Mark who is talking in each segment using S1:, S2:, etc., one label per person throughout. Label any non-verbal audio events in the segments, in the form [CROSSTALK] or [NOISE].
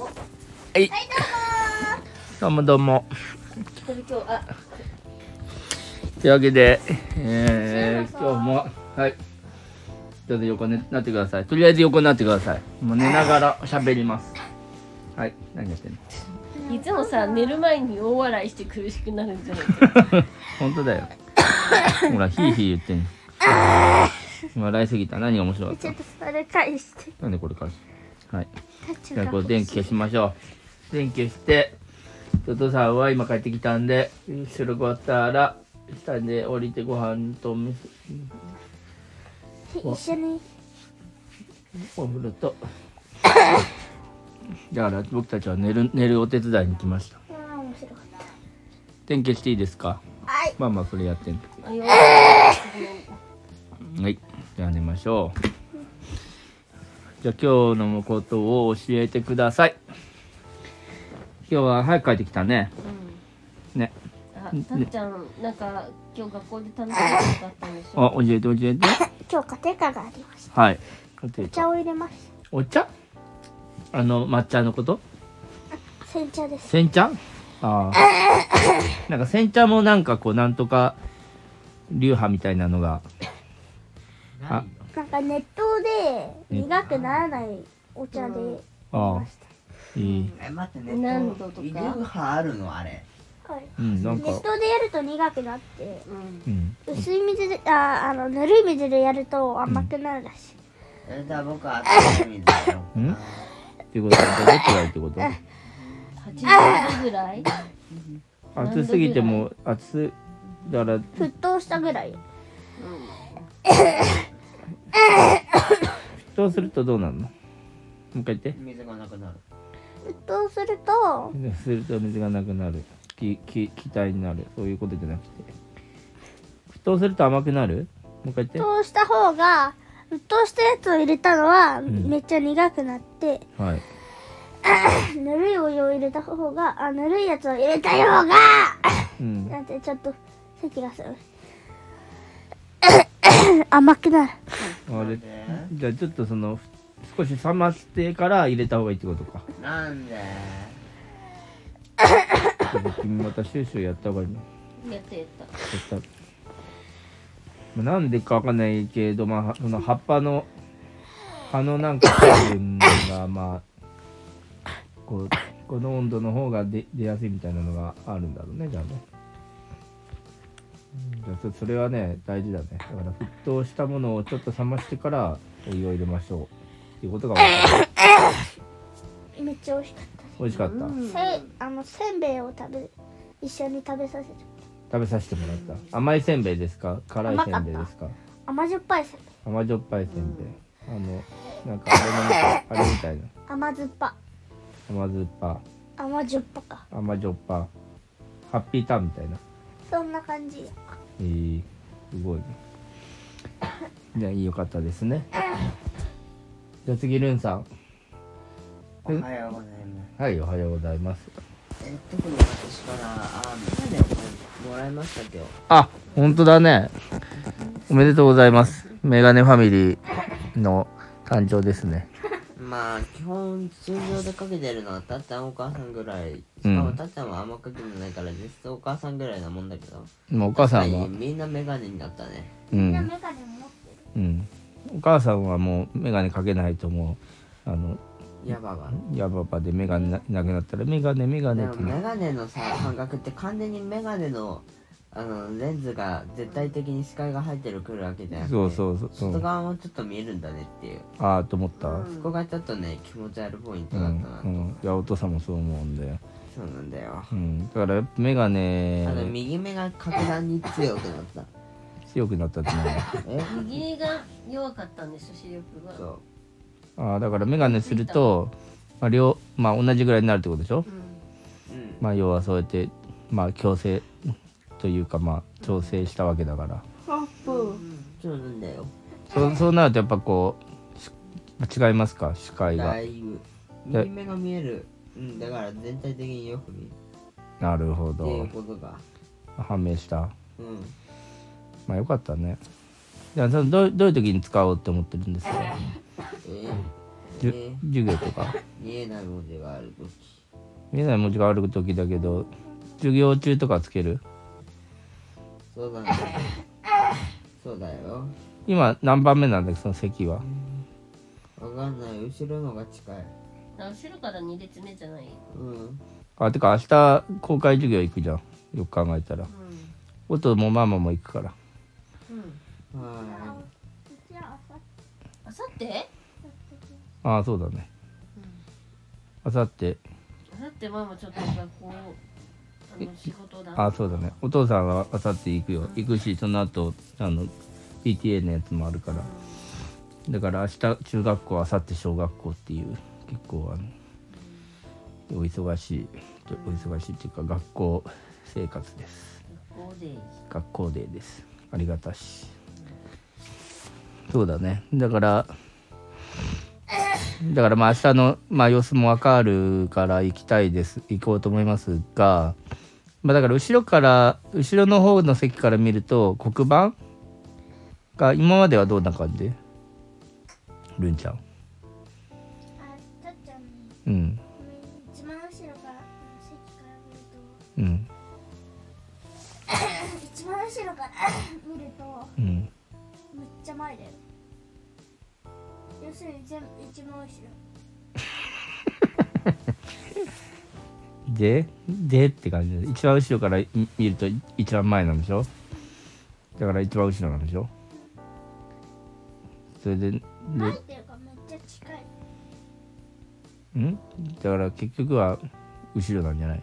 S1: はい
S2: はい、
S1: ど
S2: ど
S1: うもどうも
S2: うもー。今日、あ、
S1: というわけで、えー、今日もはいちょっと横になってくださいとりあえず横になってくださいもう寝ながら喋りますはい何やってんの
S3: いつもさ寝る前に大笑いして苦しくなるんじゃないか
S1: 本当だよほらヒーヒー言ってんの笑いすぎた何が面白かっ
S2: ちょ
S1: た
S2: っとそれ返して。
S1: なんでこれからはい
S2: タッチ
S1: じゃあ
S2: が
S1: こう
S2: 欲
S1: 電気消しましょう電気消してちょっとさんは今帰ってきたんで収録終わったら下で降りてご飯とお水
S2: 一緒に。
S1: お風呂とだから僕たちは寝る寝るお手伝いに来ました
S2: あー、面白かっ
S1: 点検していいですか
S2: た。はい。
S1: まあまあそれやってん
S3: あよー
S1: はいじゃあ寝ましょうじゃあ今日のことを教えてください今日は早く帰ってきたねね
S3: うん、あたっちゃんなんか今日学校で楽しいことがあったんでし
S1: あ
S3: ょ
S1: 教えて教えて
S2: 今日、家庭科がありました。
S1: はい
S2: お茶を入れます。
S1: お茶あの抹茶のこと
S2: 煎茶です。
S1: 煎茶ああ [LAUGHS] なんか煎茶もなんかこうなんとか流派みたいなのがあ
S2: なんか熱湯で苦くならないお茶で入れ
S1: ああ
S2: ました。
S1: いい
S4: え待ってね
S3: 何度とか
S4: リルハあるのあれ
S2: はい。
S1: うんなん
S2: 熱
S1: か
S2: 湯でやると苦くなって、
S1: う
S3: うん
S1: ん
S2: 薄い水で、あー、あの、ぬるい水でやると甘くなるらしい。
S4: それじゃあ僕は熱い水だよ
S1: んっていうことはどれくらいって [LAUGHS] こと
S3: 80度ぐらい
S1: 暑すぎても暑だから
S2: 沸騰したぐらい。
S1: そうするとどうなるのもう一回言っ
S4: 水がなくなる
S2: 沸騰すると、
S1: てすると水がなくなる気気気体になるそういうことじゃなくて沸騰すると甘くなるもう一回
S2: 沸
S1: 言っ
S2: 騰した方が沸騰したやつを入れたのは
S1: ん
S2: めっちゃ苦くなって、
S1: てはい
S2: ぬるいお湯を入れた方があぬるいやつを入れた方が
S1: うん
S2: なんてちょっと咳がする [COUGHS] 甘くなる
S1: あれ
S4: で
S1: じゃあちょっとその少し冷ましてから入れた方がいいってことか
S4: なんで
S1: ちょっと君またシューシューやった方がいいの
S3: やってやった
S1: 絶対まあなんでかわかんないけど、まあ、その葉っぱの葉のなんか成分がまあこうこの温度の方が出出やすいみたいなのがあるんだろうねじゃあね。うんじゃあそそれはね大事だねだから沸騰したものをちょっと冷ましてからお湯を入れましょうっていうことが分かる
S2: めっちゃ美味しかっ
S1: 美味しかった、
S3: うん
S2: た、せあのせんべいを食べ一緒に食べさせて
S1: 食べさせてもらった甘いせんべいですか辛いせんべいですか
S2: 甘じょっぱいせんべい
S1: 甘じょっぱいせんべい、あのなんかあれのあれみたいな [LAUGHS]
S2: 甘酸っぱ
S1: 甘酸っぱ
S2: 甘じょっぱか
S1: 甘じょっぱハッピーターンみたいな
S2: そんな感じ
S1: えー、すごいねじゃあよかったですねじゃあ次ルンさん
S4: おはようございます
S1: はいおはようございます
S4: え特に私からあみんなでお金もらいましたけど
S1: あ本当だねおめでとうございますメガネファミリーの誕生ですね
S4: まあ基本通常でかけてるのはたっちゃんお母さんぐらいしか
S1: う
S4: も
S1: ん
S4: たっちゃんはあんまかけてないから実質お母さんぐらいなもんだけど
S1: もうお母さん
S4: は、
S1: はい
S4: みんなメガネになったね
S1: う、
S2: みんなんメガネ持ってる
S1: うん、お母さんはもうメガネかけないともうあの
S4: ヤバが
S1: ヤババでメガネななくなったらメガネメガ
S4: で
S1: ネっ
S4: も
S1: てな
S4: メガネのさ感覚って完全にメガネのあのレンズが絶対的に視界が入ってるくるわけじゃなくて
S1: そうそうそうそう
S4: 外側もちょっと見えるんだねっていう、
S1: ああと思った、
S4: そこがちょっとね気持ち悪いポイント
S1: う
S4: だった
S1: ん
S4: な、
S1: うん、いやお父さんもそう思うんで、
S4: そうなんだよ、
S1: うん、だからやっぱ眼
S4: あの
S1: 鏡
S4: 右目が格段に強くなった
S1: 強くなったってね
S4: [LAUGHS] え
S3: 右が弱かったんでしょ視力が
S4: そう
S1: あーだから眼鏡すると、まあ両まあ、同じぐらいになるってことでしょ、
S4: うん
S1: まあ、要はそうやって、まあ、矯正というか、まあ、調整したわけだから
S4: そうなんだよ
S1: そうそうなるとやっぱこうし違いますか視界が
S4: だいぶ右目が見えるうんだから全体的によく見える
S1: なるほ
S4: ってい
S1: ど
S4: うことが
S1: 判明した
S4: うん
S1: まあよかったねじゃあそのどうどういう時に使おうって思ってるんですか
S4: えー
S1: じゅ
S4: えー
S1: 授業とか
S4: 見えない文字がある時
S1: 見えない文字がある時だけど授業中とかつける
S4: そうだね。そうだよ。
S1: 今何番目なんだっけその席は
S4: わかんない。後ろのが近い。
S3: あ後ろから2列目じゃない
S4: うん。
S1: あてか明日公開授業行くじゃんよく考えたら
S3: う
S1: 音もママも行くから
S3: んうん
S4: は
S2: じゃあ
S3: あさって
S1: ああそうだねあさって
S3: あさってママちょっと学校あの仕事だ
S1: ああそうだねお父さんはあさって行くよ行くしその後あの PTA のやつもあるからだから明日中学校明後日小学校っていう結構あのお忙しいお忙しいっていうか学校生活です
S3: 学校で
S1: 学校デーですありがたしそうだねだからだからまあ明日の、まあ、様子もわかるから行きたいです行こうと思いますが、まあ、だから後ろから後ろの方の席から見ると黒板が今まではどんな感じるんちゃん
S2: たっちゃんに
S1: うん
S2: 一番後ろから席から見ると
S1: うん
S2: 一番後ろから見 [LAUGHS] ると
S1: うん
S2: めっちゃ前だよ要するに全部一番後ろ
S1: ででって感じで一番後ろから見見ると一番前なんでしょだから一番後ろなんでしょそれでで
S2: 前っていうかめっちゃ近い
S1: んだから結局は後ろなんじゃない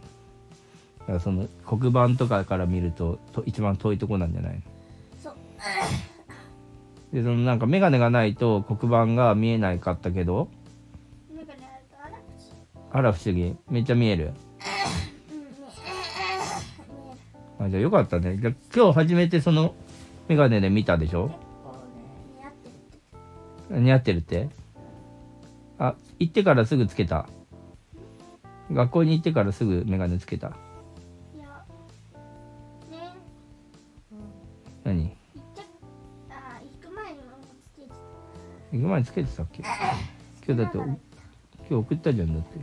S1: だからその黒板とかから見るとと一番遠いとこなんじゃない
S2: そう
S1: でそのなんか眼鏡がないと黒板が見えないかったけど
S2: なんかねあるとあらう
S1: あら不思議めっちゃ見える
S2: んね見える
S1: あじゃあよかったねじゃあ今日初めてその眼鏡で見たでしょ
S2: 結構ね似合ってるっ
S1: 似合ってるって
S2: て
S1: あ行ってからすぐつけた学校に行ってからすぐ眼鏡つけた
S2: いやね
S1: 何
S2: 行ってあ行く前にもつけて
S1: 行く前につけてたっけ今日だってお今日送ったじゃんだって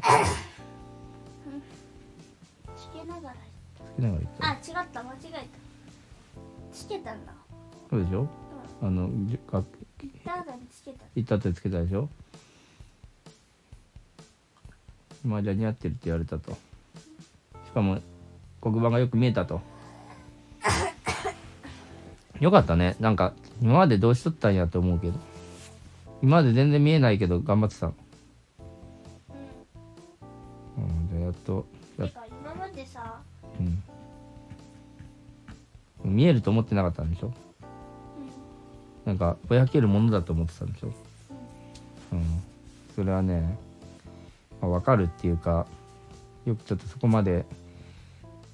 S2: つけながら
S1: つけながら行った
S2: あ違った間違えたつけたんだ
S1: そうでしょあのじゅ学
S2: 行った後につけた
S1: 行ったってつけたでしょまあじゃあ似合ってるって言われたとしかも黒板がよく見えたとよかったねなんか今までどうしとったんやと思うけど今まで全然見えないけど頑張ってたの
S2: う
S1: うんじゃあやっとや
S2: ん
S1: って
S2: か今までさ
S1: うん見えると思ってなかったんでしょ
S2: う
S1: な
S2: ん
S1: んかぼやけるものだと思ってたんでしょうんそれはね、まあ、分かるっていうかよくちょっとそこまで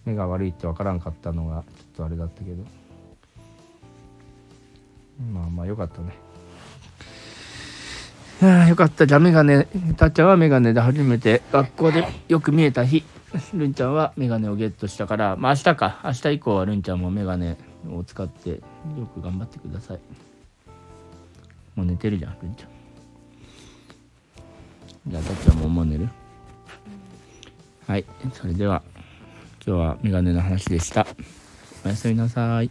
S1: 目が悪いって分からんかったのがちょっとあれだったけどまあまあよかったねああよかったじゃあ眼鏡たっちゃんは眼鏡で初めて学校でよく見えた日るんちゃんは眼鏡をゲットしたからまあ明日か明日以降はるんちゃんも眼鏡を使ってよく頑張ってくださいもう寝てるじゃんるんちゃんじゃあたっちゃんももう寝るはいそれでは今日は眼鏡の話でしたおやすみなさい